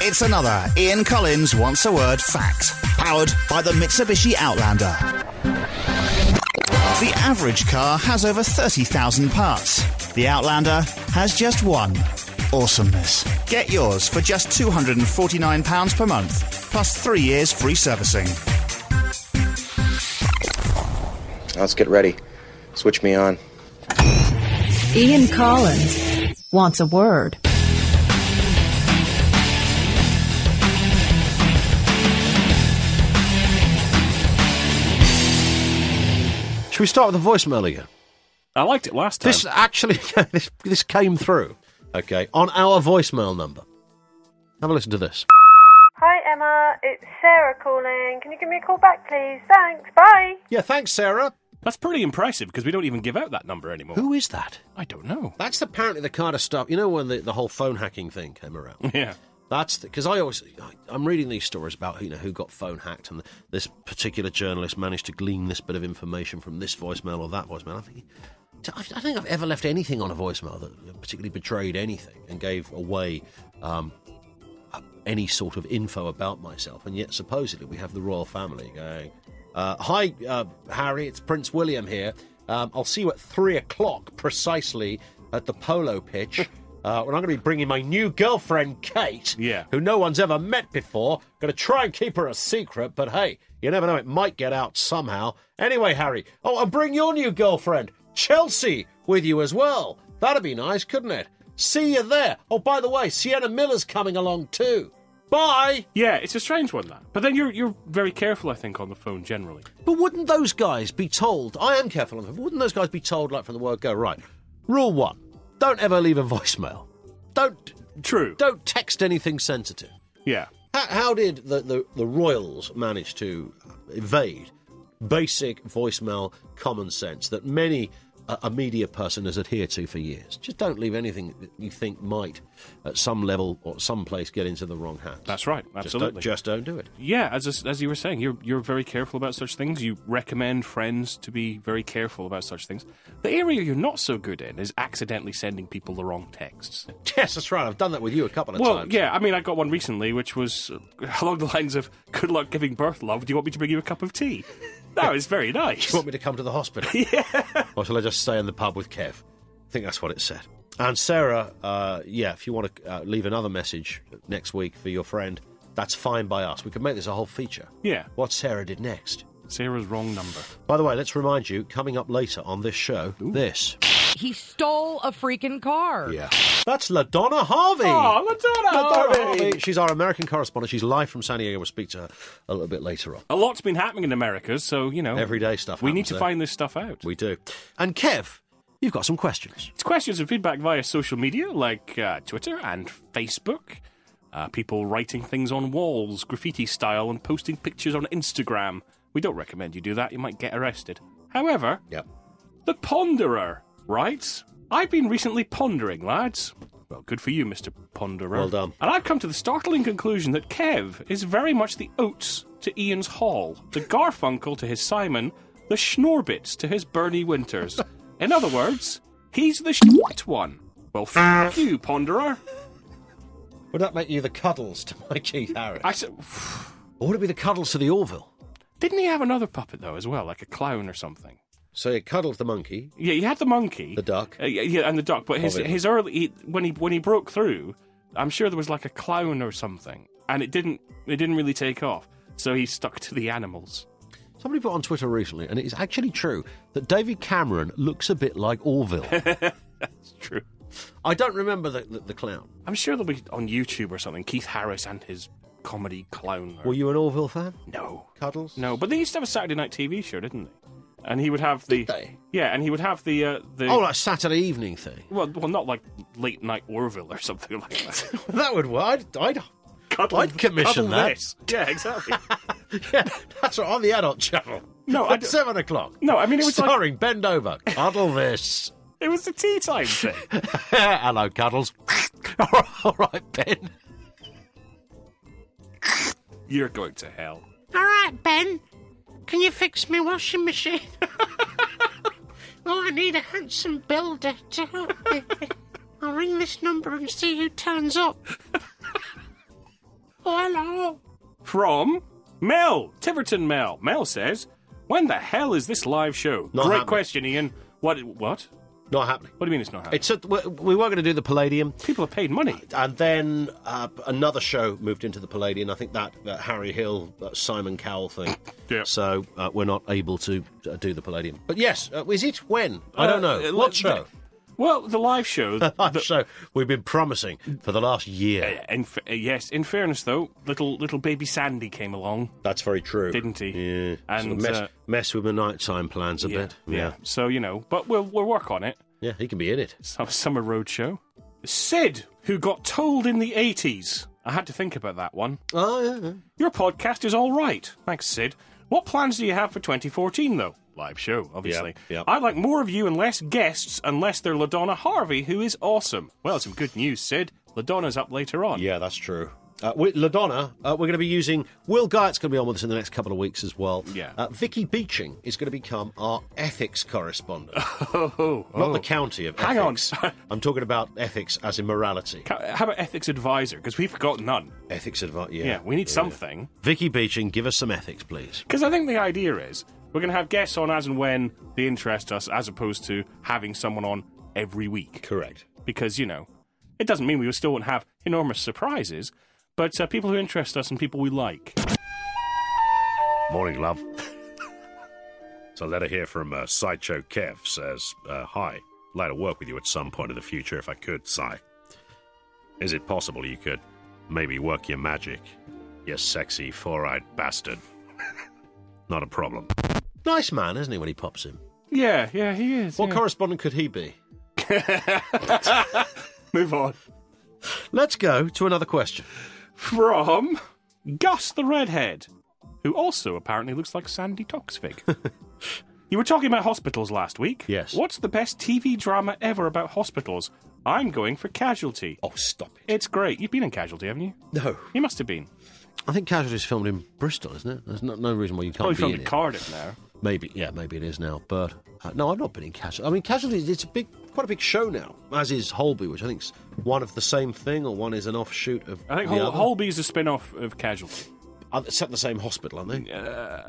It's another Ian Collins Wants a Word fact, powered by the Mitsubishi Outlander. The average car has over 30,000 parts. The Outlander has just one. Awesomeness. Get yours for just £249 per month, plus three years free servicing. Let's get ready. Switch me on. Ian Collins wants a word. Should we start with the voicemail again? I liked it last time. This actually, this, this came through, okay, on our voicemail number. Have a listen to this. Hi Emma, it's Sarah calling. Can you give me a call back, please? Thanks. Bye. Yeah, thanks, Sarah. That's pretty impressive because we don't even give out that number anymore. Who is that? I don't know. That's apparently the kind of stuff, you know, when the, the whole phone hacking thing came around. Yeah. That's because I always I, I'm reading these stories about you know who got phone hacked and this particular journalist managed to glean this bit of information from this voicemail or that voicemail. I think I don't think I've ever left anything on a voicemail that particularly betrayed anything and gave away um, any sort of info about myself. And yet supposedly we have the royal family going, uh, "Hi uh, Harry, it's Prince William here. Um, I'll see you at three o'clock precisely at the polo pitch." Uh, when I'm going to be bringing my new girlfriend, Kate, Yeah. who no one's ever met before. Going to try and keep her a secret, but hey, you never know, it might get out somehow. Anyway, Harry, oh, and bring your new girlfriend, Chelsea, with you as well. That'd be nice, couldn't it? See you there. Oh, by the way, Sienna Miller's coming along too. Bye. Yeah, it's a strange one that. But then you're you're very careful, I think, on the phone generally. But wouldn't those guys be told? I am careful on them. but Wouldn't those guys be told, like from the word go, right? Rule one: don't ever leave a voicemail. Don't True. don't text anything sensitive. Yeah. How, how did the, the, the royals manage to evade basic voicemail common sense that many uh, a media person has adhered to for years? Just don't leave anything that you think might, at some level or some place, get into the wrong hands. That's right. Absolutely. Just don't, just don't do it. yeah, as as you were saying, you're you're very careful about such things. You recommend friends to be very careful about such things. The area you're not so good in is accidentally sending people the wrong texts. Yes, that's right. I've done that with you a couple of well, times. yeah, I mean, I got one recently, which was uh, along the lines of "Good luck giving birth, love. Do you want me to bring you a cup of tea?" That was very nice. Do you want me to come to the hospital? yeah. Or shall I just stay in the pub with Kev? I think that's what it said. And Sarah, uh, yeah, if you want to uh, leave another message next week for your friend, that's fine by us. We could make this a whole feature. Yeah. What Sarah did next. Sarah's wrong number. By the way, let's remind you, coming up later on this show, this. He stole a freaking car. Yeah. That's LaDonna Harvey. Oh, Madonna! LaDonna Harvey. She's our American correspondent. She's live from San Diego. We'll speak to her a little bit later on. A lot's been happening in America, so you know Everyday stuff We happens need to there. find this stuff out. We do. And Kev, you've got some questions. It's questions and feedback via social media like uh, Twitter and Facebook. Uh, people writing things on walls, graffiti style, and posting pictures on Instagram. We don't recommend you do that. You might get arrested. However, Yep. The Ponderer writes, I've been recently pondering, lads. Well, good for you, Mr. Ponderer. Well done. And I've come to the startling conclusion that Kev is very much the Oates to Ian's Hall, the Garfunkel to his Simon, the Schnorbits to his Bernie Winters. In other words, he's the shit one. Well, f you, Ponderer. Would that make you the cuddles to my Keith Harris? I said, Or would it be the cuddles to the Orville? didn't he have another puppet, though, as well, like a clown or something? So it cuddles the monkey. Yeah, he had the monkey, The duck. uh, yeah, yeah, and the duck. But his Obviously. his early he, when he when he broke through, I'm sure there was like a clown or something, and it didn't it didn't really take off. So he stuck to the animals. Somebody put on Twitter recently, and it is actually true, that David Cameron looks a bit like Orville. It's true. I don't remember the, the, the clown. I'm sure there'll be on YouTube or something. Keith Harris and his comedy clown. Or, Were you an Orville fan? no, Cuddles? no. But they used to have a Saturday night TV show, didn't they? And he would have the Did they? yeah, and he would have the uh, the Oh, like Saturday evening thing. well, well, not like late night Orville or something like that. That would work. I'd, I'd, Cuddle- I'd commission cuddle that. This. Yeah, exactly. Yeah, that's right, on the adult channel. No, I At d- seven o'clock. No, I mean, it was like- Starring Bend Over. Cuddle this. it was the tea time thing. Hello, Cuddles. All right, Ben. You're going to hell. All right, Ben. Can you fix me washing machine? oh, I need a handsome builder to help me. I'll ring this number and see who turns up. hello. From Mel, Tiverton Mel. Mel says, When the hell is this live show? Not Great happening. question, Ian. What? What? Not happening. What do you mean it's not happening? It's a, we we were going to do the Palladium, People have paid money. and then uh, another show moved into the Palladium. I think that, that Harry Hill, uh, Simon Cowell thing. Yeah. So uh, we're not able to uh, do the Palladium. But yes, uh, is it when? I Uh, don't know. uh, what let- show? Well, the live show. Live the- show we've been promising for the last year. in, fa- uh, yes, in fairness though, little little baby Sandy came along. That's very true. Didn't he? Yeah. And, Sort of mess, uh, mess with the nighttime plans a bit. Yeah. So you know, but we'll we'll work on it. Yeah, he can be in it. Some summer road show. Sid, who got told in the eighties. I had to think about that one. Oh, yeah, yeah. Your podcast is all right. Thanks, Sid. What plans do you have for 2014, though? Live show, obviously. yeah. I'd like more of you and less guests, unless they're LaDonna Harvey, who is awesome. Well, some good news, Sid. LaDonna's up later on. Yeah, that's true. Uh, with LaDonna, uh, we're going to be using Will Guyot's going to be on with us in the next couple of weeks as well. Yeah. Uh, Vicky Beeching is going to become our ethics correspondent. Oh, oh, Not oh. the county of Hang on. ethics. I'm talking about ethics as in morality. Ca- How about ethics advisor? Because we've got none. ethics advice. Yeah. Yeah, we need something. Vicky Beeching, give us some ethics, please. Because I think the idea is we're going to have guests on as and when they interest us, as opposed to having someone on every week. Correct. because you know it doesn't mean we still won't have enormous surprises but uh, people who interest us and people we like Morning, love. so, a letter here from uh, Sideshow Kev says, uh, Hi, like to work with you at some point in the future if I could, Sai. Is it possible you could maybe work your magic? You sexy four eyed bastard. Not a problem. Nice man, isn't he, when he pops in? yeah yeah he is What yeah. correspondent could he be? move on Let's go to another question. from gus the redhead who also apparently looks like sandy toxvig you were talking about hospitals last week Yes. what's the best tv drama ever about hospitals i'm going for casualty Oh, stop it. it's great you've been in casualty haven't you No. you must have been I think Casualty is filmed in Bristol, isn't it? There's no, no reason why you can't probably be Oh, filmed in in it. cardiff now Maybe, yeah, maybe it is now. But uh, no, I've not been in Casualty. I mean, Casualty it's a big, quite a big show now, as is Holby, which I think's one of the same thing, or one is an offshoot of. i think the Hol- other. holby's a spin-off of casualty Are they set in the same hospital, aren't they?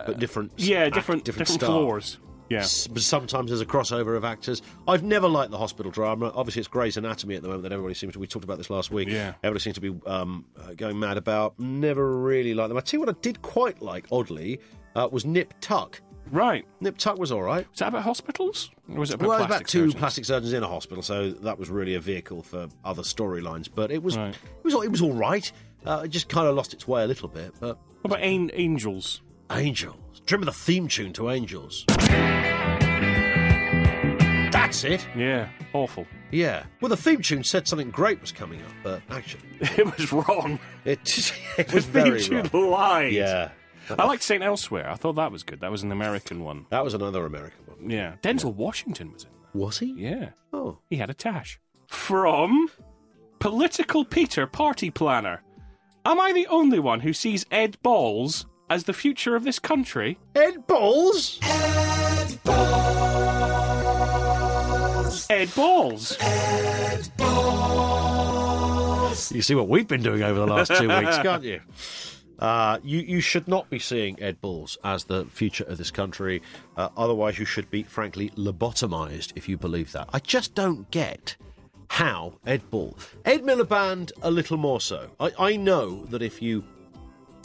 but different. Yeah, act- different different, staff. floors. Yeah. S- but Sometimes there's a crossover of actors. I've never liked the hospital drama. Obviously, it's Grey's Anatomy at the moment that everybody seems to. We talked about this last week. Yeah. everybody seems to be um, uh, going mad about. Never really liked them. I tell you what, I did quite like. Oddly, uh, was Nip Tuck. Right. Nip Tuck was all right. Is that about hospitals? Or was it about Well, plastic about two surgeons? plastic surgeons in a hospital, so that was really a vehicle for other storylines. But it was Right. it was all- it was all right. Uh, it just kind of lost its way a little bit. But What about an- angels? Angels, do you remember the theme tune to Angels? That's it. Yeah. Awful. Yeah. Well, the theme tune said something great was coming up, but actually, it was wrong. it, it The was theme very tune wrong. lied. Yeah. I liked St. Elsewhere. I thought that was good. That was an American one. That was another American one. Yeah. Denzel Washington was in that. Was he? Yeah. Oh. He had a tash. From Political Peter Party Planner. Am I the only one who sees Ed Balls as the future of this country? Ed Balls. Ed Balls. You see what we've been doing over the last two weeks, can't you? Uh, you you should not be seeing Ed Balls as the future of this country. Uh, otherwise, you should be, frankly, lobotomized if you believe that. I just don't get how Ed Ball, Ed Miliband, a little more so. I, I know that if you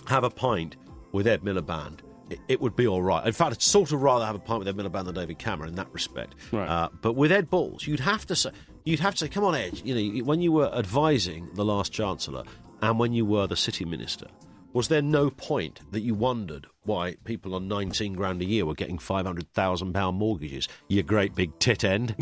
have a pint with Ed Miliband, it, it would be all right. In fact, I'd sort of rather have a pint with Ed Miliband than David Cameron in that respect. Right. Uh, but with Ed Balls, you'd have to say, you'd have to say, come on, Ed. You know, you- when you were advising the last chancellor and when you were the city minister, was there no point that you wondered why people on 19 grand a year were getting 500,000 pound mortgages? You great big tit end.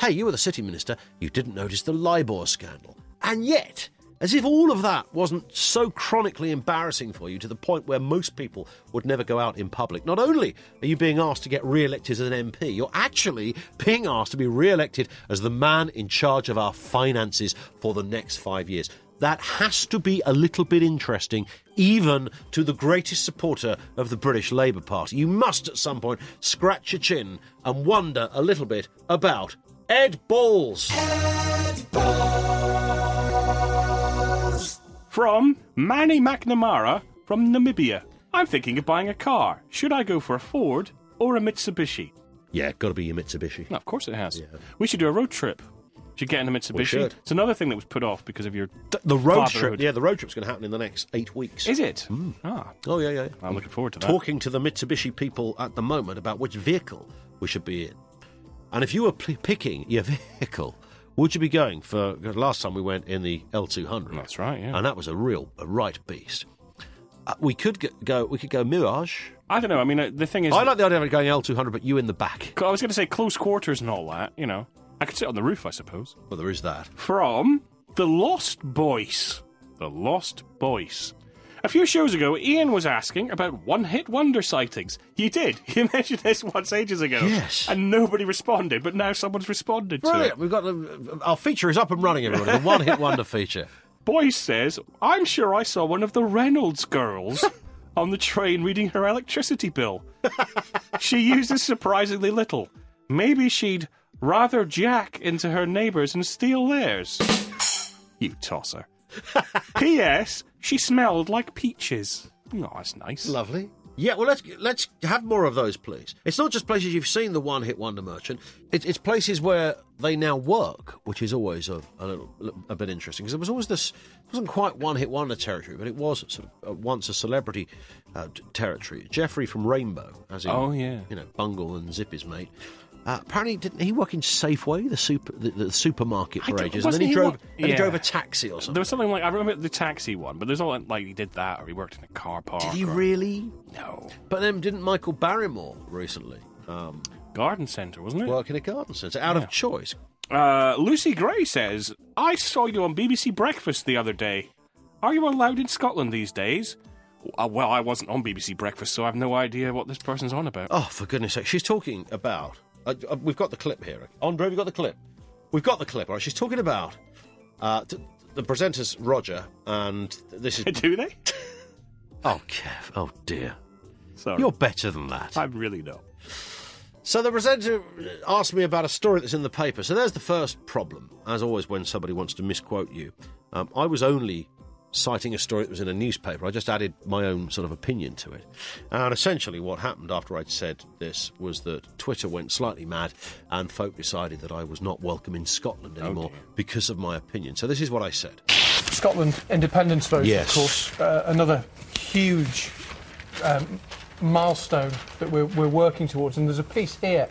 hey, you were the city minister. You didn't notice the LIBOR scandal, and yet. As if all of that wasn't so chronically embarrassing for you to the point where most people would never go out in public. Not only are you being asked to get re elected as an MP, you're actually being asked to be re elected as the man in charge of our finances for the next five years. That has to be a little bit interesting, even to the greatest supporter of the British Labour Party. You must at some point scratch your chin and wonder a little bit about Ed Balls. From Manny McNamara from Namibia. I'm thinking of buying a car. Should I go for a Ford or a Mitsubishi? Yeah, got to be your Mitsubishi. No, of course it has. We should do a road trip. Should get in a Mitsubishi. should. It's another thing that was put off because of your. the road Fatherhood. trip. Yeah, the road trip's going to happen in the next eight weeks. Is it? Ah, Oh yeah, yeah. I'm looking forward to that. Talking to the Mitsubishi people at the moment about which vehicle we should be in, and if you were p- picking your vehicle, would you be going for? 'cause last time we went in the L two hundred. That's right, yeah. And that was a real a right beast. Uh, we could go, go. We could go Mirage. I don't know. I mean, uh, the thing is, I like the idea of going L two hundred, but you in the back. I was going to say close quarters and all that. You know, I could sit on the roof, I suppose. Well, there is that. from The Lost Boys. The Lost Boys. A few shows ago, Ian was asking about one hit wonder sightings. You did. You mentioned this once ages ago. Yes. And nobody responded, but now someone's responded to Brilliant. it. We've got the, our feature is up and running, everybody. The one hit wonder feature. Boyce says, I'm sure I saw one of the Reynolds girls on the train reading her electricity bill. she uses surprisingly little. Maybe she'd rather jack into her neighbours and steal theirs. You tosser. P.S. She smelled like peaches. Oh, that's nice. Lovely. Yeah, well, let's let's have more of those, please. It's not just places you've seen the one hit wonder merchant. It, it's places where they now work, which is always a, a little a bit interesting because there was always this it wasn't quite one hit wonder territory, but it was sort of uh, once a celebrity uh, t- territory. Jeffrey from Rainbow, as in Oh, yeah. you know Bungle and Zippy's mate. Uh, apparently, didn't he work in Safeway, the super the, the supermarket I for don't- ages, and then wasn't he, he drove wa- and he Yeah. drove a taxi or something. There was something like I remember the taxi one, but there's all like he did that or he worked in a car park. Did he or- really? No. But then didn't Michael Barrymore recently um, Garden centre, wasn't it? work in a garden centre out Yeah. of choice? Uh, Lucy Gray says, I saw you on BBC Breakfast the other day. Are you allowed in Scotland these days? Uh, well, I wasn't on BBC Breakfast, so I have no idea what this person's on about. Oh, for goodness sake. She's talking about. Uh, uh, we've got the clip here. Andre, have you got the clip? We've got the clip, all right? She's talking about uh, t- the presenters, Roger, and this is. Do they? oh, Kev. Oh, dear. Sorry. You're better than that. I really know. So the presenter asked me about a story that's in the paper. So there's the first problem. As always, when somebody wants to misquote you, um, I was only citing a story that was in a newspaper. I just added my own sort of opinion to it. And essentially, what happened after I'd said this was that Twitter went slightly mad, and folk decided that I was not welcome in Scotland anymore because of my opinion. So this is what I said. Scotland independence vote, Yes. of course, uh, another huge um, milestone that we're, we're working towards. And there's a piece here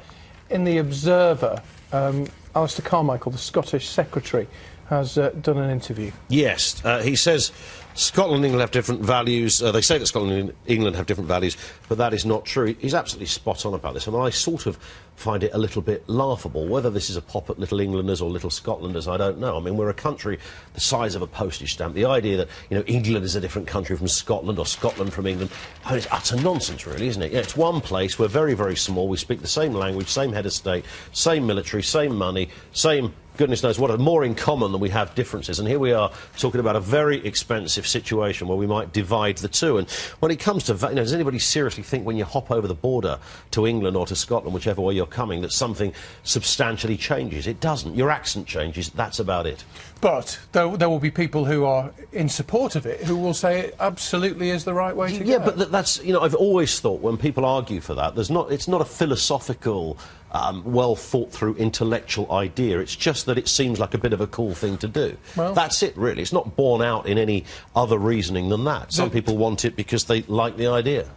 in the Observer. Um, Alistair Carmichael, the Scottish Secretary, has uh, done an interview. Yes, uh, he says Scotland and England have different values. Uh, they say that Scotland and England have different values, but that is not true. He's absolutely spot on about this, and I sort of find it a little bit laughable. Whether this is a pop at Little Englanders or Little Scotlanders, I don't know. I mean, we're a country the size of a postage stamp. The idea that you know England is a different country from Scotland or Scotland from England, I mean, it's utter nonsense, really, isn't it? Yeah, it's one place. We're very, very small. We speak the same language, same head of state, same military, same money, same goodness knows what are more in common than we have differences. And here we are talking about a very expensive situation where we might divide the two. And when it comes to, va- you know, does anybody seriously think when you hop over the border to England or to Scotland, whichever way you're coming, that something substantially changes? It doesn't. Your accent changes. That's about it. But there, there will be people who are in support of it who will say it absolutely is the right way to yeah, go. but th- that's you know I've always thought when people argue for that, there's not it's not a philosophical, um, well thought through intellectual idea. It's just that it seems like a bit of a cool thing to do. Well- that's it really. It's not borne out in any other reasoning than that. Some The- people want it because they like the idea.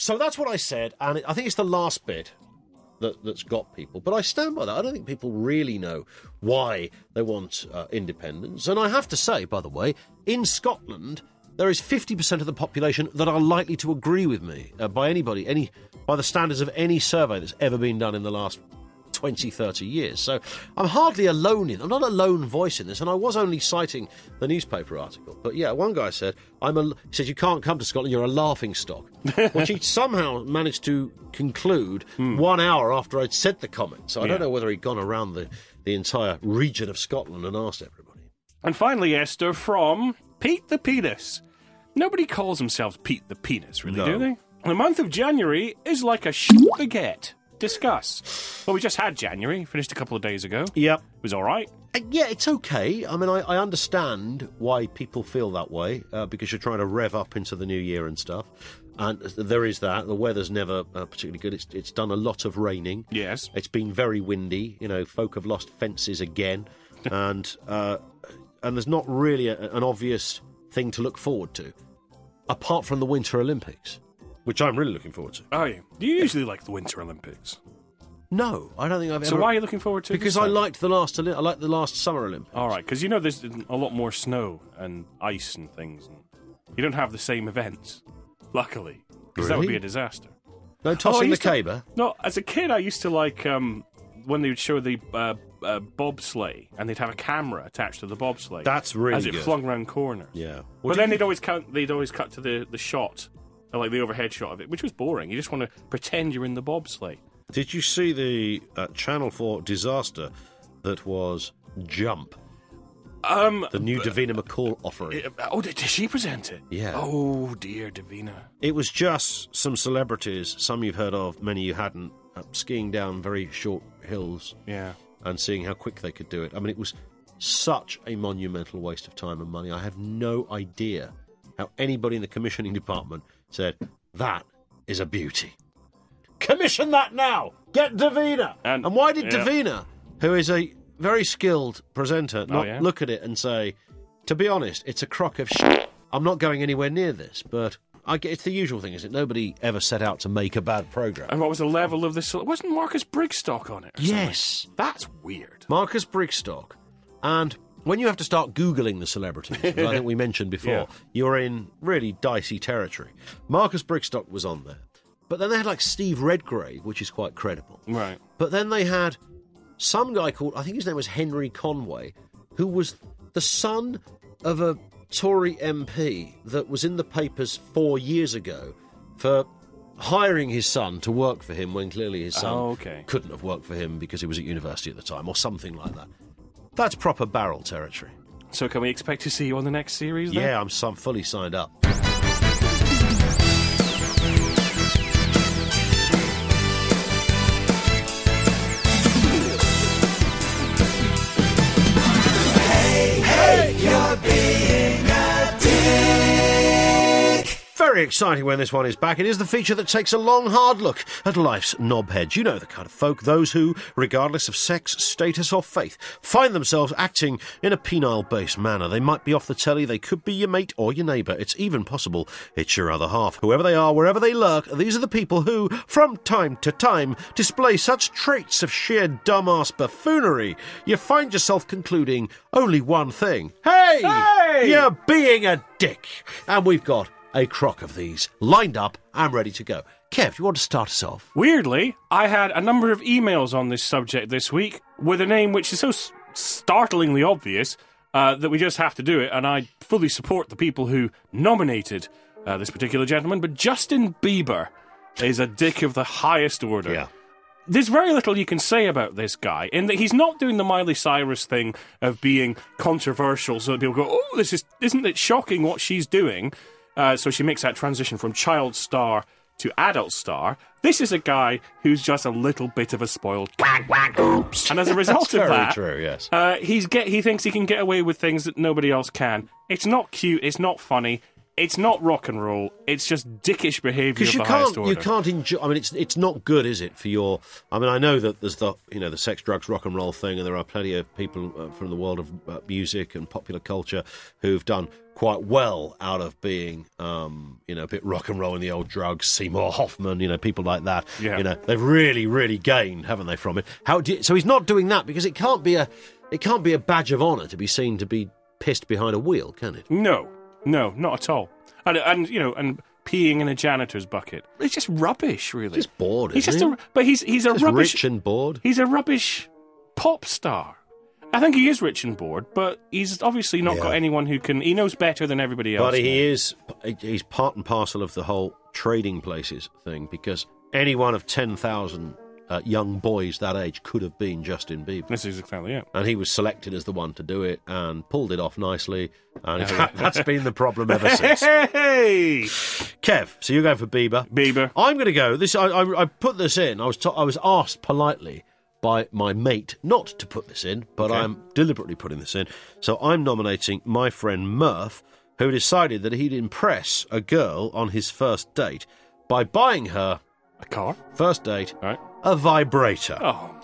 So that's what I said, and it, I think it's the last bit that, that's got people. But I stand by that. I don't think people really know why they want uh, independence. And I have to say, by the way, in Scotland, there is 50% of the population that are likely to agree with me uh, by anybody, any by the standards of any survey that's ever been done in the last 20, 30 years. So I'm hardly alone in, I'm not a lone voice in this, and I was only citing the newspaper article. But yeah, one guy said, I'm a, he says, you can't come to Scotland, you're a laughing stock. Which he somehow managed to conclude one hour after I'd said the comment. So I don't know whether he'd gone around the, the entire region of Scotland and asked everybody. And finally, Esther from Pete the Penis. Nobody calls themselves Pete the Penis, really, do they? The month of January is like a sh- baguette. discuss. Well, we just had January, finished a couple of days ago. Yep. It was all right. Uh, Yeah, it's okay. I mean, I, I understand why people feel that way uh, because you're trying to rev up into the new year and stuff. And there is that. The weather's never uh, particularly good. It's it's done a lot of raining. Yes. It's been very windy. You know, folk have lost fences again, and uh, and there's not really a, an obvious thing to look forward to, apart from the Winter Olympics, which I'm really looking forward to. Oh, yeah. Do you usually like the Winter Olympics? No, I don't think I've So ever. why are you looking forward to it Because this I time? liked the last. Oli- I liked the last Summer Olympics. All right, because you know there's a lot more snow and ice and things, and you don't have the same events, luckily, because that would Really? be a disaster. No Oh, I tossing the used to- caber. No, as a kid, I used to like um, when they would show the uh, uh, bobsleigh, and they'd have a camera attached to the bobsleigh. That's really as it good. flung round corners. Yeah. but then they'd always cut. They'd always cut to the the shot, uh, like the overhead shot of it, which was boring. You just want to pretend you're in the bobsleigh. Did you see the uh, Channel 4 disaster that was Jump, Um. the new Davina McCall offering? it- oh, did did she present it? Yeah. Oh dear, Davina. It was just. Just some celebrities, some you've heard of, many you hadn't, uh, skiing down very short hills Yeah. and seeing how quick they could do it. I mean, it was such a monumental waste of time and money. I have no idea how anybody in the commissioning department said, that is a beauty. Commission that now! Get Davina! And- why did yeah. Davina, who is a very skilled presenter, not Oh, yeah? look at it and say, to be honest, it's a crock of shit. I'm not going anywhere near this, but I get, it's the usual thing, is it? Nobody ever set out to make a bad programme. And what was the level of this? Wasn't Marcus Brigstock on it? or something? Yes. That's weird. Marcus Brigstock. And when you have to start Googling the celebrities, as I think we mentioned before, Yeah. you're in really dicey territory. Marcus Brigstock was on there. But then they had like Steve Redgrave, which is quite credible. Right. But then they had some guy called, I think his name was Henry Conway, who was the son of a Tory MP that was in the papers four years ago for hiring his son to work for him when clearly his son Oh, okay. couldn't have worked for him because he was at university at the time or something like that. That's proper barrel territory. So can we expect to see you on the next series? Then? Yeah, I'm, s- I'm fully signed up. Very exciting when this one is back. It is the feature that takes a long, hard look at life's knobheads. You know the kind of folk, those who, regardless of sex, status, or faith, find themselves acting in a penile based manner. They might be off the telly, they could be your mate or your neighbour. It's even possible it's your other half. Whoever they are, wherever they lurk, these are the people who, from time to time, display such traits of sheer dumbass buffoonery, you find yourself concluding only one thing Hey! Hey! You're being a dick! And we've got a crock of these lined up and ready to go. Kev, you want to start us off? Weirdly, I had a number of emails on this subject this week with a name which is so s- startlingly obvious uh, that we just have to do it, and I fully support the people who nominated uh, this particular gentleman. But Justin Bieber is a dick of the highest order. there's very little you can say about this guy in that he's not doing the Miley Cyrus thing of being controversial, so that people go, "Oh, this is isn't it shocking what she's doing?" Uh, so she makes that transition from child star to adult star. This is a guy who's just a little bit of a spoiled quack quack. Oops. And as a result of very that, true, yes. uh, he's get he thinks he can get away with things that nobody else can. It's not cute. It's not funny. It's not rock and roll. It's just dickish behaviour of Because the you highest can't, order. you can't enjoy. I mean, it's it's not good, is it? For your, I mean, I know that there's the you know the sex, drugs, rock and roll thing, and there are plenty of people uh, from the world of uh, music and popular culture who've done quite well out of being, um, you know, a bit rock and roll in the old drugs. Seymour Hoffman, you know, people like that. Yeah. You know, they've really, really gained, haven't they, from it? How do you- so? He's not doing that because it can't be a it can't be a badge of honour to be seen to be pissed behind a wheel, can it? No, no, not at all. And, and you know, and peeing in a janitor's bucket. It's just rubbish, really. Just bored. he's isn't just a, he? but he's he's a Just rubbish. rich and bored. he's a rubbish pop star. I think he is rich and bored, but he's obviously not Yeah. got anyone who can. He knows better than everybody else. But he is he's part and parcel of the whole trading places thing because any one of 10,000 uh, young boys that age could have been Justin Bieber. This is exactly it. And he was selected as the one to do it and pulled it off nicely. And in fact, that's been the problem ever since. Hey, Kev, so you're going for Bieber. Bieber. I'm going to go. This I, I, I put this in. I was to, I was asked politely by my mate not to put this in, but Okay. I'm deliberately putting this in. So I'm nominating my friend Murph, who decided that he'd impress a girl on his first date by buying her A car? first date All right. a vibrator. Oh.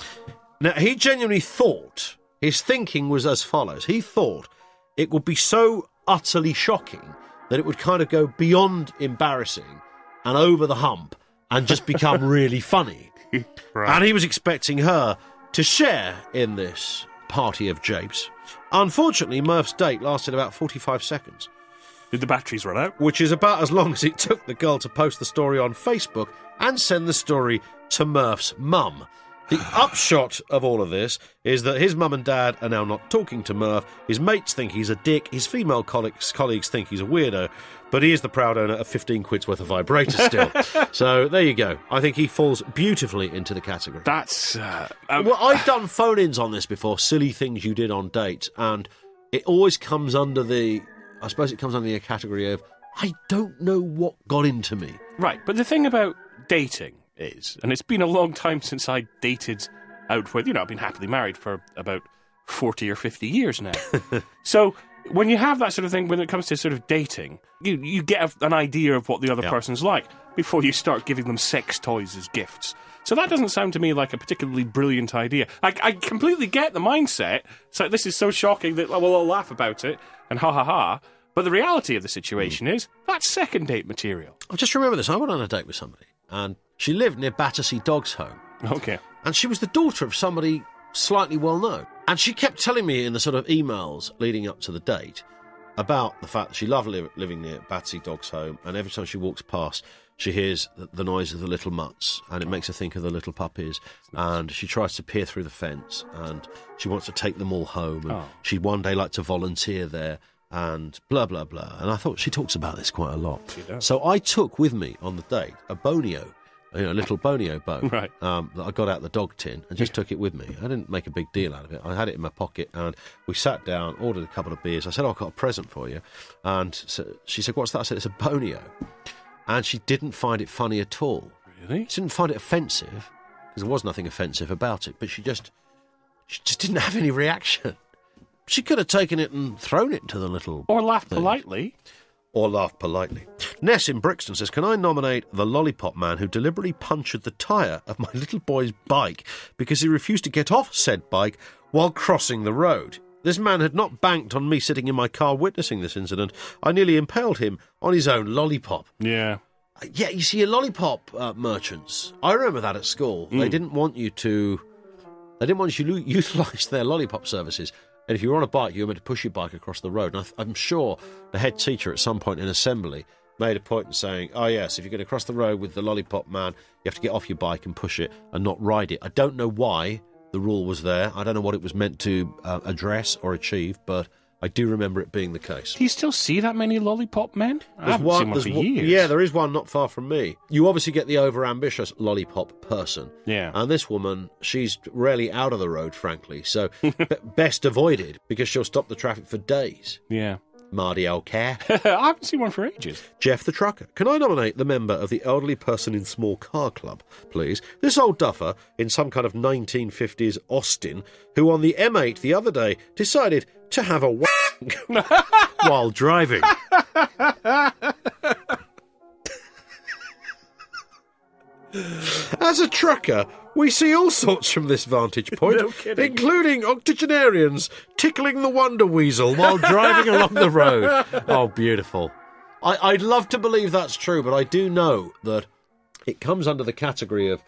Now, he genuinely thought, his thinking was as follows. He thought it would be so utterly shocking that it would kind of go beyond embarrassing and over the hump and just become really funny. And he was expecting her to share in this party of japes. Unfortunately, Murph's date lasted about 45 seconds, Did the batteries run out? which is about as long as it took the girl to post the story on Facebook and send the story to Murph's mum. The upshot of all of this is that his mum and dad are now not talking to Murph. His mates think he's a dick. His female colleagues, colleagues think he's a weirdo. But he is the proud owner of 15 quid's worth of vibrators still. so there you go. I think he falls beautifully into the category. That's. Uh, um, Well, I've done phone ins on this before, silly things you did on dates, and it always comes under the, I suppose it comes under the category of, I don't know what got into me. Right, but the thing about dating is, and it's been a long time since I dated out with, you know, I've been happily married for about 40 or 50 years now. so when you have that sort of thing, when it comes to sort of dating, you, you get a, an idea of what the other Yeah. person's like before you start giving them sex toys as gifts. So that doesn't sound to me like a particularly brilliant idea. I, I completely get the mindset. It's like, this is so shocking that well, we'll all laugh about it and ha ha ha. But the reality of the situation is, that's second date material. I just remember this. I went on a date with somebody, and she lived near Battersea Dogs Home, Okay. and she was the daughter of somebody slightly well known. And she kept telling me in the sort of emails leading up to the date about the fact that she loved li- living near Battersea Dogs Home, and every time she walks past, she hears the, the noise of the little mutts, and it makes her think of the little puppies. And she tries to peer through the fence, and she wants to take them all home, and Oh. she'd one day like to volunteer there. And blah blah blah. And I thought she talks about this quite a lot. So I took with me on the date a bonio, you know, a little bonio bone Right. um, that I got out the dog tin and just took it with me. I didn't make a big deal out of it. I had it in my pocket and we sat down, ordered a couple of beers. I said, oh, I've got a present for you. And so she said, What's that? I said, It's a Bonio. And she didn't find it funny at all. Really? She didn't find it offensive because there was nothing offensive about it, but she just, she just didn't have any reaction. She could have taken it and thrown it to the little. Or laugh thing politely. or laugh politely. Ness in Brixton says, Can I nominate the lollipop man who deliberately punctured the tyre of my little boy's bike because he refused to get off said bike while crossing the road? This man had not banked on me sitting in my car witnessing this incident. I nearly impaled him on his own lollipop. Yeah. Uh, Yeah, you see, your lollipop uh, merchants. I remember that at school. They didn't want you to. They didn't want you to utilise their lollipop services. And if you were on a bike, you were meant to push your bike across the road. And I th- I'm sure the head teacher at some point in assembly made a point in saying, "Oh yes, if you're going to cross the road with the lollipop man, you have to get off your bike and push it and not ride it." I don't know why the rule was there. I don't know what it was meant to uh, address or achieve, but I do remember it being the case. Do you still see that many lollipop men? I haven't seen one there's for one- years. Yeah, there is one not far from me. You obviously get the overambitious lollipop person. Yeah. And this woman, she's rarely out of the road, frankly. So b- best avoided because she'll stop the traffic for days. yeah. Mardy O'Care. I haven't seen one for ages. Jeff the Trucker. Can I nominate the member of the Elderly Person in Small Car Club, please? This old duffer in some kind of 1950s Austin who on the M8 the other day decided to have a wank while driving. As a trucker, we see all sorts from this vantage point, including octogenarians tickling the wonder weasel while driving along the road. Oh, beautiful. I, I'd love to believe that's true, but I do know that it comes under the category of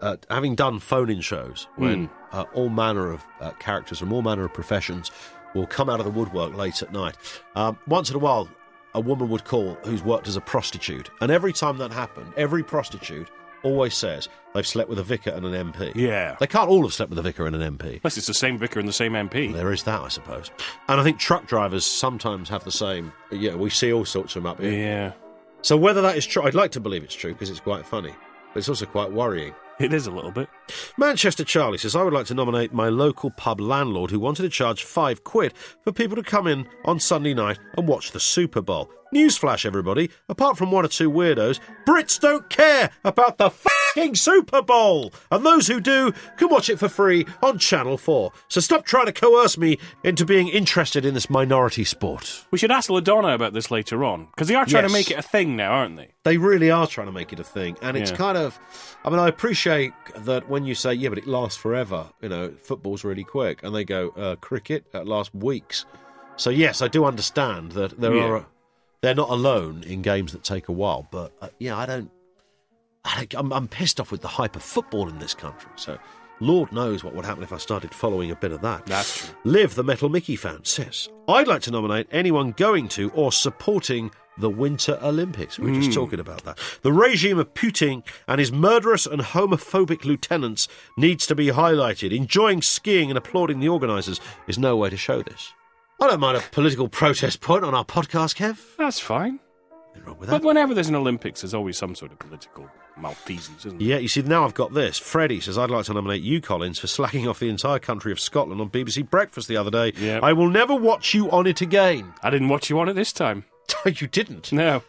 uh, having done phone-in shows when uh, all manner of uh, characters from all manner of professions will come out of the woodwork late at night. Um, once in a while, a woman would call who's worked as a prostitute, and every time that happened, every prostitute always says they've slept with a vicar and an MP. Yeah. they can't all have slept with a vicar and an MP. Unless it's the same vicar and the same MP. There is that, I suppose. And I think truck drivers sometimes have the same. Yeah, we see all sorts of them up here. Yeah. So whether that is true, I'd like to believe it's true because it's quite funny, but it's also quite worrying. It is a little bit. Manchester Charlie says, I would like to nominate my local pub landlord who wanted to charge five quid for people to come in on Sunday night and watch the Super Bowl. Newsflash, everybody, apart from one or two weirdos, Brits don't care about the fucking Super Bowl! And those who do can watch it for free on Channel 4. So stop trying to coerce me into being interested in this minority sport. We should ask LaDonna about this later on, because they are trying Yes. to make it a thing now, aren't they? They really are trying to make it a thing. And it's Yeah. kind of, I mean, I appreciate that when you say, yeah, but it lasts forever, you know, football's really quick. And they go, uh, cricket, that lasts weeks. So, yes, I do understand that there Yeah. are, they're not alone in games that take a while. But, uh, yeah, I don't, I don't I'm, I'm pissed off with the hype of football in this country. So, Lord knows what would happen if I started following a bit of that. That's true. Liv, the Metal Mickey fan, says, I'd like to nominate anyone going to or supporting the Winter Olympics. We were Hmm. just talking about that. The regime of Putin and his murderous and homophobic lieutenants needs to be highlighted. Enjoying skiing and applauding the organisers is no way to show this. I don't mind a political protest point on our podcast, Kev. That's fine. Nothing wrong with that. But whenever there's an Olympics, there's always some sort of political malfeasance, isn't there? Yeah, you see, now I've got this. Freddie says, I'd like to nominate you, Collins, for slacking off the entire country of Scotland on BBC Breakfast the other day. Yeah. I will never watch you on it again. I didn't watch you on it this time. you didn't. No.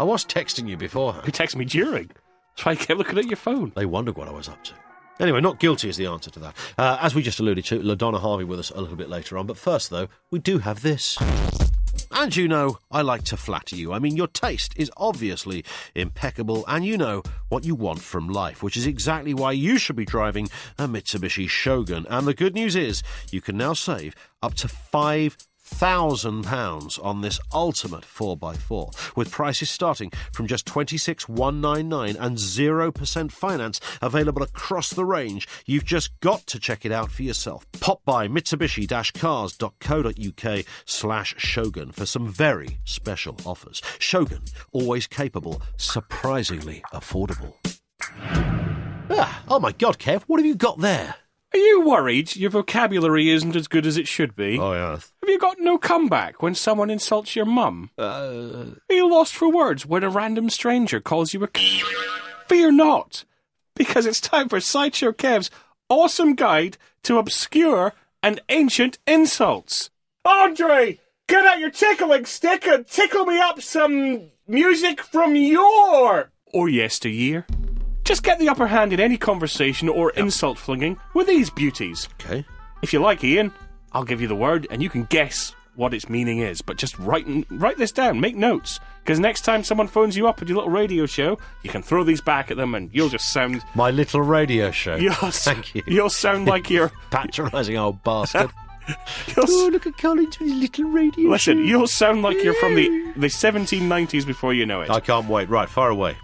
I was texting you You beforehand. texted me during. That's why I kept looking at your phone. They wondered what I was up to. Anyway, not guilty is the answer to that. Uh, as we just alluded to, LaDonna Harvey with us a little bit later on. But first, though, we do have this. And you know, I like to flatter you. I mean, your taste is obviously impeccable, and you know what you want from life, which is exactly why you should be driving a Mitsubishi Shogun. And the good news is, you can now save up to five thousand pounds on this ultimate 4x4 with prices starting from just 26199 and 0% finance available across the range you've just got to check it out for yourself pop by mitsubishi-cars.co.uk slash shogun for some very special offers shogun always capable surprisingly affordable ah, oh my god kev what have you got there Are you worried your vocabulary isn't as good as it should be? yeah Have you got no comeback when someone insults your mum? Are you lost for words when a random stranger calls you a c- Fear not, because it's time for Sideshow Kev's awesome guide to obscure and ancient insults. Andre, get out your tickling stick and tickle me up some music from your or yesteryear. Oh, Just get the upper hand in any conversation or insult flinging with these beauties. okay If you like, Ian, I'll give you the word and you can guess what its meaning is. But just write n- write this down, make notes, because next time someone phones you up at your little radio show, you can throw these back at them and you'll just sound my little radio show you'll, thank you will sound like you're patronising old bastard. you'll, s- Oh, look at Collins with his little radio. listen, you'll sound like you're from the the 1790s before you know it. I can't wait. Right, far away.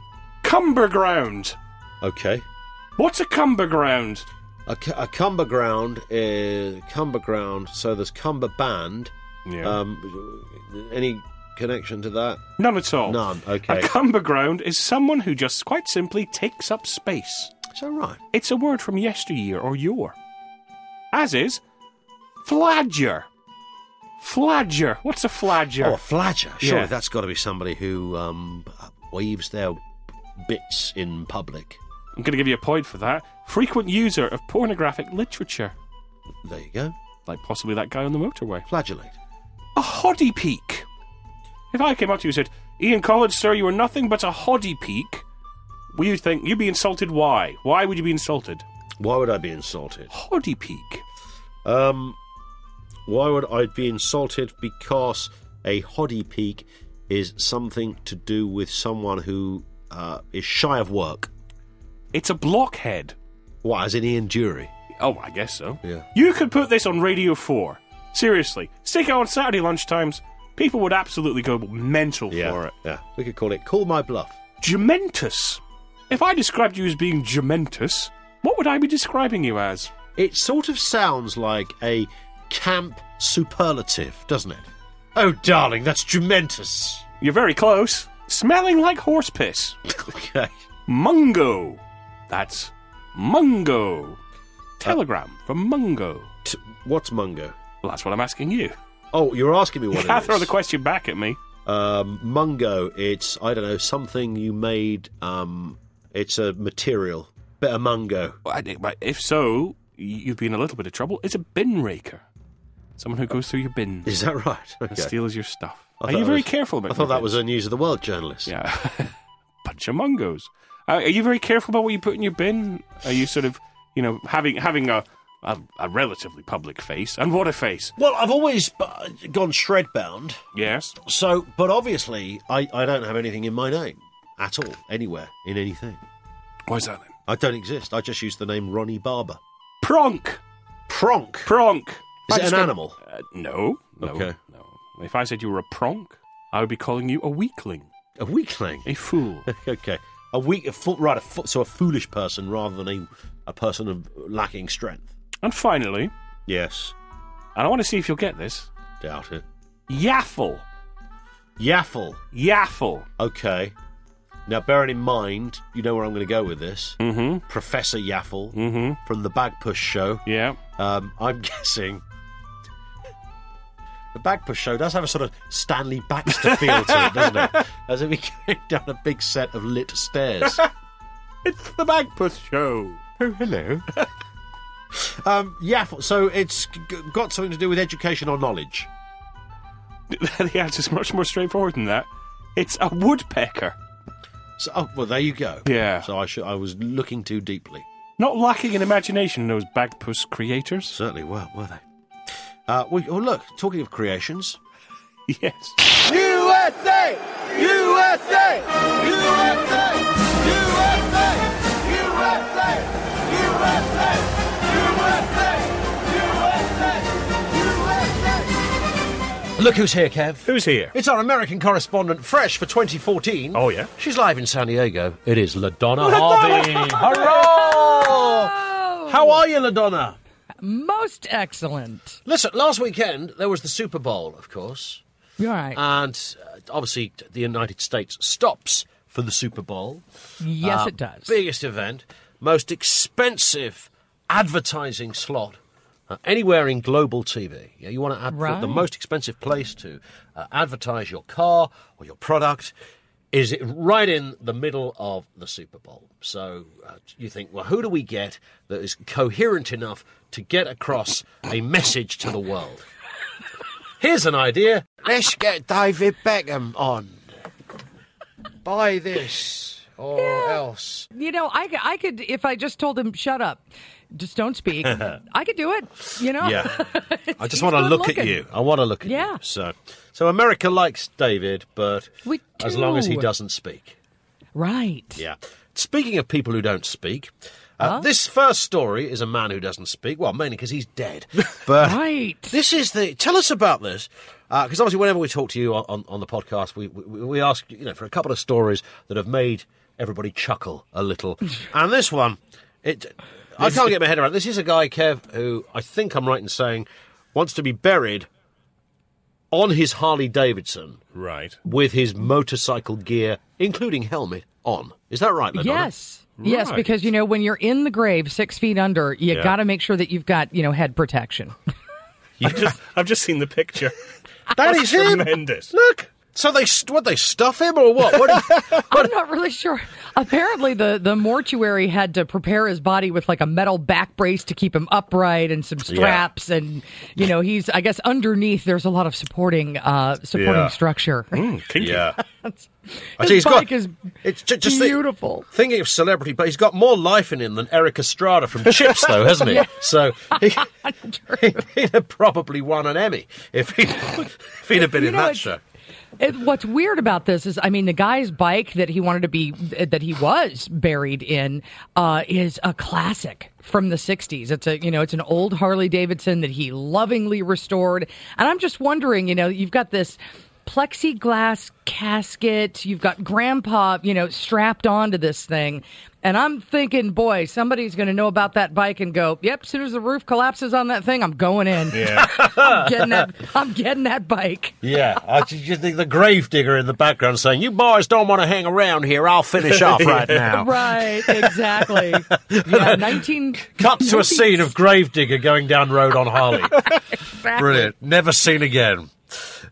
Cumberground. Okay. What's a cumberground? A, cu- a cumber ground is cumber ground. So there's cumber band. Yeah. Um, any connection to that? None at all. None, okay. A cumberground is someone who just quite simply takes up space. It's all right. It's a word from yesteryear or yore. As is flagger. Flagger. What's a flagger? Oh, a flagger. Surely Yeah. that's got to be somebody who um, waves their bits in public. I'm going to give you a point for that. Frequent user of pornographic literature, There you go. like possibly that guy on the motorway. Flagellate. A hoddy peak. If I came up to you and said, Ian Collins, sir, you are nothing but a hoddy peak, would you think you'd be insulted? Why? Why would you be insulted? Why would I be insulted? Hoddy peak. Um, why would I be insulted? Because a hoddy peak is something to do with someone who uh, is shy of work. It's a blockhead. What, as in Ian Dury? Oh, I guess so. Yeah. You could put this on Radio 4. Seriously. Stick it on Saturday lunchtimes. People would absolutely go mental for it. yeah. We could call it Call My Bluff. Gementous. If I described you as being gementous, what would I be describing you as? It sort of sounds like a camp superlative, doesn't it? Oh, darling, that's gementous. You're very close. Smelling like horse piss. okay. Mungo. That's Uh, Mungo. Telegram from Mungo. T- what's Mungo? Well, that's what I'm asking you. Oh, you're asking me You what can't it throw is. the question back at me. Um, mungo, it's I don't know something you made. Um, it's a material. Bit of mungo. Well, I think- but If so, you'd be in a little bit of trouble. It's a bin raker. Someone who goes through your bins Is that right? and Okay. steals your stuff. I Are thought you that very was- careful about I thought your that was a News of the World journalist. Yeah. Bunch of mungos. Uh, are you very careful about what you put in your bin? Are you sort of, you know, having having a a, a relatively public face? And what a face. Well, I've always uh, gone shred bound. Yes. So, but obviously, I, I don't have anything in my name at all, anywhere, in anything. Why is that then? I don't exist. I just use the name Ronnie Barber. Pronk. Pronk. Pronk. Is I it just an go- animal? Uh, no. No. Okay. No. If I said you were a pronk, I would be calling you a weakling, A weakling. a fool. okay. A weak, a fool, right? A fool, so a foolish person rather than a, a person of lacking strength. and finally, Yes, and I want to see if you'll get this. doubt it. Yaffle. Yaffle. Yaffle. Okay. Now, bearing in mind, you know where I'm going to go with this. Mm-hmm. Professor Yaffle Mm-hmm. from the Bagpush Show. Yeah. Um, I'm guessing the Bagpush Show does have a sort of Stanley Baxter feel to it, doesn't it? As if he came down a big set of lit stairs. It's the Bagpuss Show. Oh, hello. um, Yaffle. So it's g- g- got something to do with education or knowledge. the answer's much more straightforward than that. It's a woodpecker. So, oh, well, there you go. Yeah. So I should. I was looking too deeply. Not lacking in imagination, those bagpuss creators. Certainly were, were they? Uh, we, oh, look, talking of creations. Yes. Look who's here, Kev. Who's here? It's our American correspondent, fresh for 2014. Oh, yeah? She's live in San Diego. It is LaDonna Harvey. Hurrah! How are you, LaDonna? Most excellent. Listen, last weekend there was the Super Bowl, of course. All right. And uh, obviously, the United States stops for the Super Bowl. yes, Uh, it does. Biggest event, most expensive advertising slot uh, anywhere in global TV. Yeah, you want to add Right. the most expensive place to uh, advertise your car or your product. Is it right in the middle of the Super Bowl? So uh, you think, well, who do we get that is coherent enough to get across a message to the world? Here's an idea. Let's get David Beckham on. Buy this or else. You know, I, c- I could, if I just told him, shut up, just don't speak, I could do it, you know? Yeah. I He's just want to good look at looking. you. I want to look at Yeah. you. So, so America likes David, but We as long as he do. doesn't speak. Right. Yeah. Speaking of people who don't speak, uh, this first story is a man who doesn't speak. Well, mainly because he's dead. But Right. this is the. Tell us about this. Because obviously, whenever we talk to you on, on, on the podcast, we, we, we ask you know for a couple of stories that have made everybody chuckle a little. and this one, it, I can't get my head around. it. This is a guy, Kev, who I think I'm right in saying wants to be buried on his Harley Davidson Right. with his motorcycle gear, including helmet, on. Is that right, Madonna? Yes. Yes, Right. because you know when you're in the grave, six feet under, you Yeah. got to make sure that you've got you know head protection. I've just, I've just seen the picture. that That's is him. tremendous. Look. So they st- what they stuff him or what? What? I'm not really sure. Apparently, the the mortuary had to prepare his body with like a metal back brace to keep him upright and some straps, and you know he's I guess underneath there's a lot of supporting uh supporting Yeah. structure. Kinky. Mm. I His see, he's got- bike is it's ju- just thi- beautiful. thinking of celebrity, but he's got more life in him than Eric Estrada from Chips, though, hasn't he? So he, he'd have probably won an Emmy if he'd, if he'd have been You in know, that it's- show. It, what's weird about this is, I mean, the guy's bike that he wanted to be, that he was buried in, uh, is a classic from the 60s. It's a, you know, it's an old Harley Davidson that he lovingly restored. And I'm just wondering, you know, you've got this plexiglass casket, you've got grandpa, you know, strapped onto this thing. And I'm thinking, boy, somebody's going to know about that bike and go, yep, as soon as the roof collapses on that thing, I'm going in. I'm getting that, I'm getting that bike. Yeah, I ju- just think the gravedigger in the background saying, "You boys don't want to hang around here. I'll finish off right now." Right, exactly. yeah, 19. Cut to a scene of Gravedigger going down road on Harley. Brilliant. Never seen again.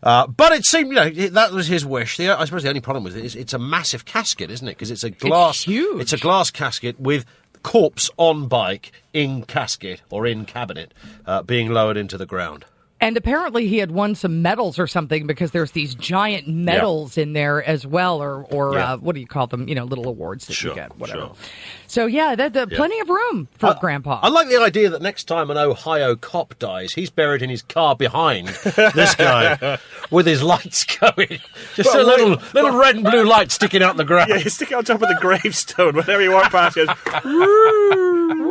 Uh, but it seemed, you know, that was his wish. The, I suppose the only problem with it is it's a massive casket, isn't it? Because it's a glass. huge. It's a glass casket with corpse on bike, in casket or in cabinet, uh, being lowered into the ground. And apparently he had won some medals or something because there's these giant medals in there as well, or or Yeah. uh, what do you call them? You know, little awards that Sure, you get, whatever. sure. So yeah, that, that, plenty of room for I- Grandpa. I like the idea that next time an Ohio cop dies, he's buried in his car behind this guy with his lights going. Just a Well, little wait, little red and blue light sticking out in the ground. Yeah, you stick it on top of the gravestone whenever you walk past. It goes,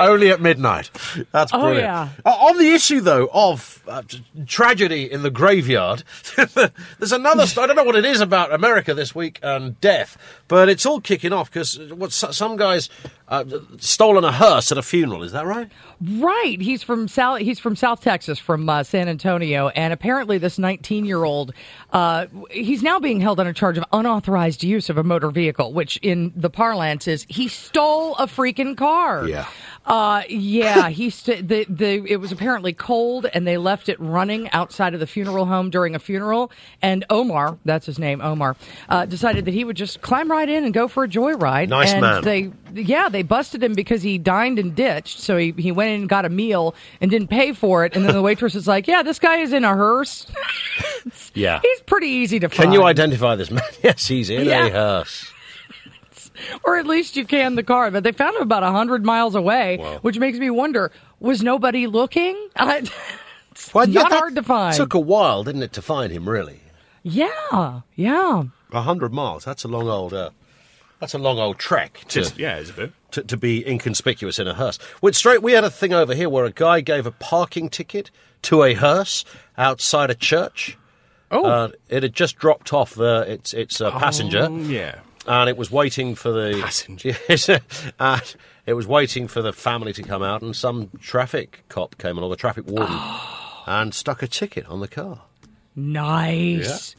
Only at midnight. That's Oh, brilliant. yeah. O- on the issue, though, of uh, t- tragedy in the graveyard, there's another. St- I don't know what it is about America this week and death, but it's all kicking off because what s- some guys uh, stolen a hearse at a funeral. Is that right? Right. He's from South. He's from South Texas, from uh, San Antonio, and apparently this 19-year-old, uh, w- he's now being held on a charge of unauthorized use of a motor vehicle, which in the parlance is he stole a freaking car. Yeah. Uh, yeah. He st- the, the it was apparently cold, and they left it running outside of the funeral home during a funeral. And Omar, that's his name, Omar, uh, decided that he would just climb right in and go for a joyride. Nice and man. They yeah, they busted him because he dined and ditched. So he, he went in and got a meal and didn't pay for it. And then the waitress is like, yeah, this guy is in a hearse. Yeah. He's pretty easy to find. Can you identify this man? yes, he's in Yeah. a hearse. or at least you can the car. But they found him about 100 miles away, which makes me wonder, was nobody looking? I, it's not that hard to find. Took a while, didn't it, to find him? Really, yeah, yeah. a hundred miles. That's a long old. Uh, that's a long old trek. To, Just yeah, it's a bit. to, to be inconspicuous in a hearse. Went straight. We had a thing over here where a guy gave a parking ticket to a hearse outside a church. Oh. Uh, it had just dropped off the, its its uh, passenger, Oh, Yeah. and it was waiting for the Passenger. Yes, and it was waiting for the family to come out, and some traffic cop came along, a traffic warden, and stuck a ticket on the car. Nice.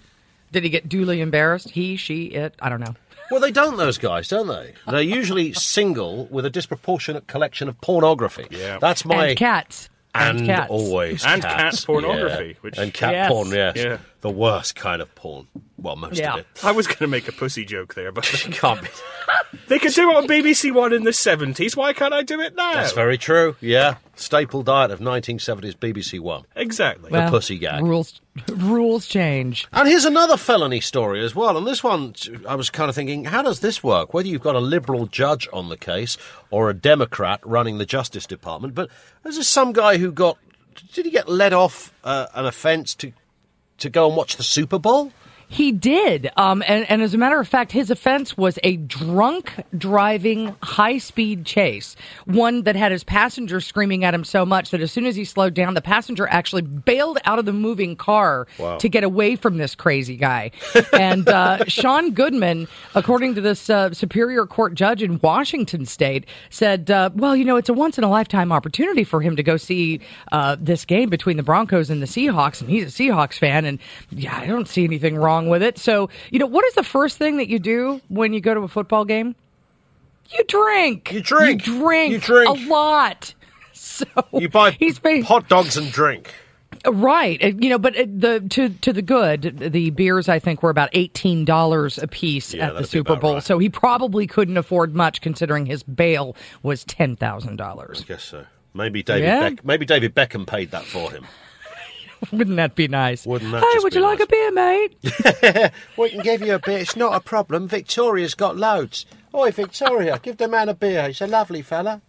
Did he get duly embarrassed? He, she, it, I don't know. Well, they don't, those guys, don't they? They're usually single with a disproportionate collection of pornography. Yeah. That's my and cats. and, cats. always And cats. cat pornography, Yeah. which- and cat Yes. porn, yes, Yeah. the worst kind of porn. Well, most Yeah. of it I was going to make a pussy joke there, but can't be. they could do it on BBC One in the 70s. Why can't I do it now? That's very true. Yeah, staple diet of 1970s BBC One. exactly. Well, pussy gag. Rules, rules change. And here's another felony story as well. And this one, I was kind of thinking, how does this work? Whether you've got a liberal judge on the case or a Democrat running the Justice Department, but there's just some guy who got did he get let off uh, an offence to to go and watch the Super Bowl? He did. Um, and, and as a matter of fact, his offense was a drunk driving high speed chase, one that had his passenger screaming at him so much that as soon as he slowed down, the passenger actually bailed out of the moving car to get away from this crazy guy. and uh, Sean Goodman, according to this uh, Superior Court judge in Washington state, said, uh, well, you know, it's a once in a lifetime opportunity for him to go see uh, this game between the Broncos and the Seahawks. And he's a Seahawks fan. And yeah, I don't see anything wrong with it. So, you know, what is the first thing that you do when you go to a football game? You drink. You drink. You drink. You drink. A lot. So You buy he's been hot dogs and drink. Right, Uh, you know, but uh, the to to the good, the beers I think were about eighteen dollars a piece at Yeah, that'd the be Super about Bowl, right. so he probably couldn't afford much considering his bail was ten thousand dollars. Guess so. Maybe David Yeah. Beck- maybe David Beckham paid that for him. Wouldn't that be nice? Wouldn't that Hey, just would be you like nice? a beer, mate? We can give you a beer. It's not a problem. Victoria's got loads. Oi, Victoria, give the man a beer. He's a lovely fella.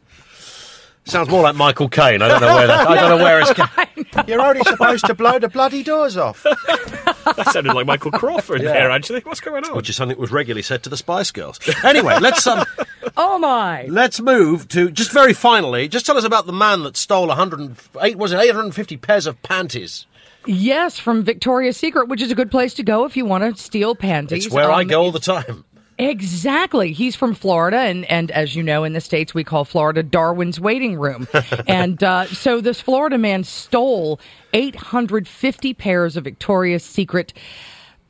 Sounds more like Michael Caine. I don't know where that, I don't know where it's. Ca- You're only supposed to blow the bloody doors off, That sounded like Michael Crawford Yeah. there, actually. What's going on? which is something that was regularly said to the Spice Girls. Anyway, let's um, oh my! let's move to just very finally. Just tell us about the man that stole 108 was it 850 pairs of panties. Yes, from Victoria's Secret, which is a good place to go if you want to steal panties. It's where I Um, go all the time. Exactly. He's from Florida, and, and as you know, in the States, we call Florida Darwin's waiting room. and uh, so this Florida man stole 850 pairs of Victoria's Secret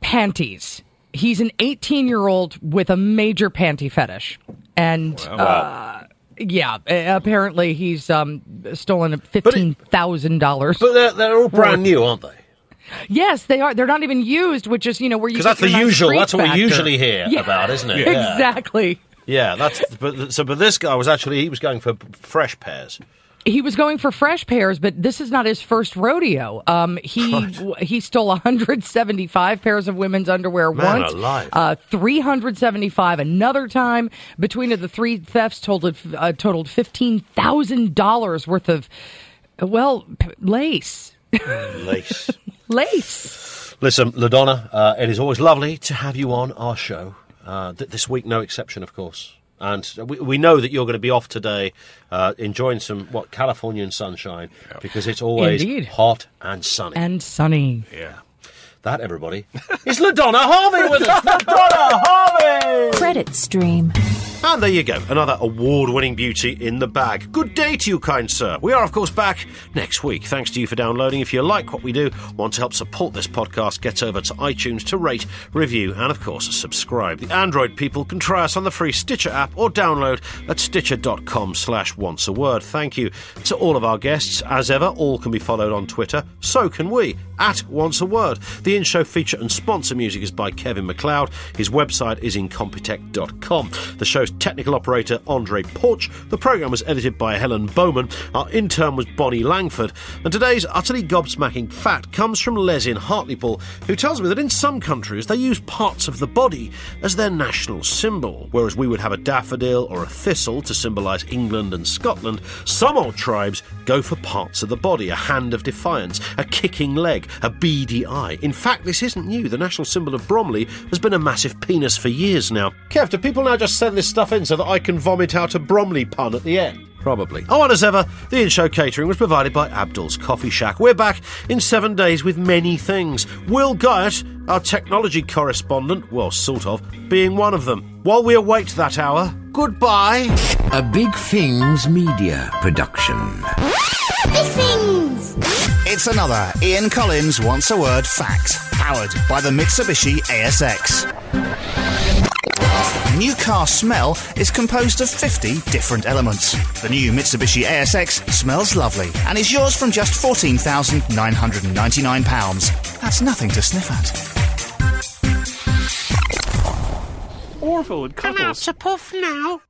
panties. He's an 18 year old with a major panty fetish. And Oh, uh, yeah, a- apparently he's um, stolen $15,000. But they're, they're all brand new, aren't they? Yes, they are. They're not even used, which is you know where you get Because that's the your nice usual. creep That's what we factor. usually hear about, isn't it? Yeah. Exactly. Yeah, that's but so. But this guy was actually he was going for fresh pears. He was going for fresh pears, but this is not his first rodeo. Um, he w- he stole 175 pairs of women's underwear Man once, alive. Uh, 375 another time. Between the three thefts, totaled uh, totaled fifteen thousand dollars worth of well p- lace, Lace. lace. Listen, Ladonna, uh, it is always lovely to have you on our show. Uh, th- this week, no exception, of course. And we, we know that you're going to be off today, uh, enjoying some what Californian sunshine because it's always Indeed. hot and sunny. And Sunny. Yeah. that everybody is Ladonna Harvey with us. Ladonna Harvey. Credit stream. And there you go, another award winning beauty in the bag. Good day to you, kind sir. We are, of course, back next week. Thanks to you for downloading. If you like what we do, want to help support this podcast, get over to iTunes to rate, review, and, of course, subscribe. The Android people can try us on the free Stitcher app or download at stitcher.com slash once a word. Thank you to all of our guests. As ever, all can be followed on Twitter. So can we, at once a word. The in show feature and sponsor music is by Kevin McLeod. His website is incompetech.com. The show's technical operator, Andre Porch. The programme was edited by Helen Bowman. Our intern was Bonnie Langford. And today's utterly gobsmacking fact comes from Les in Hartlepool, who tells me that in some countries they use parts of the body as their national symbol. Whereas we would have a daffodil or a thistle to symbolise England and Scotland, some old tribes go for parts of the body a hand of defiance, a kicking leg, a beady eye. In fact, this isn't new. The national symbol of Bromley has been a massive penis for years now. Kev, do people now just send this stuff in so that I can vomit out a Bromley pun at the end? Probably. Oh, and as ever, the in show catering was provided by Abdul's Coffee Shack. We're back in seven days with many things. Will Guyot, our technology correspondent, well, sort of, being one of them. While we await that hour, goodbye. A Big Things Media production. It's another Ian Collins Once a Word Fact, powered by the Mitsubishi ASX. New car smell is composed of 50 different elements. The new Mitsubishi ASX smells lovely and is yours from just £14,999. That's nothing to sniff at. Orville and Cuddles. puff now.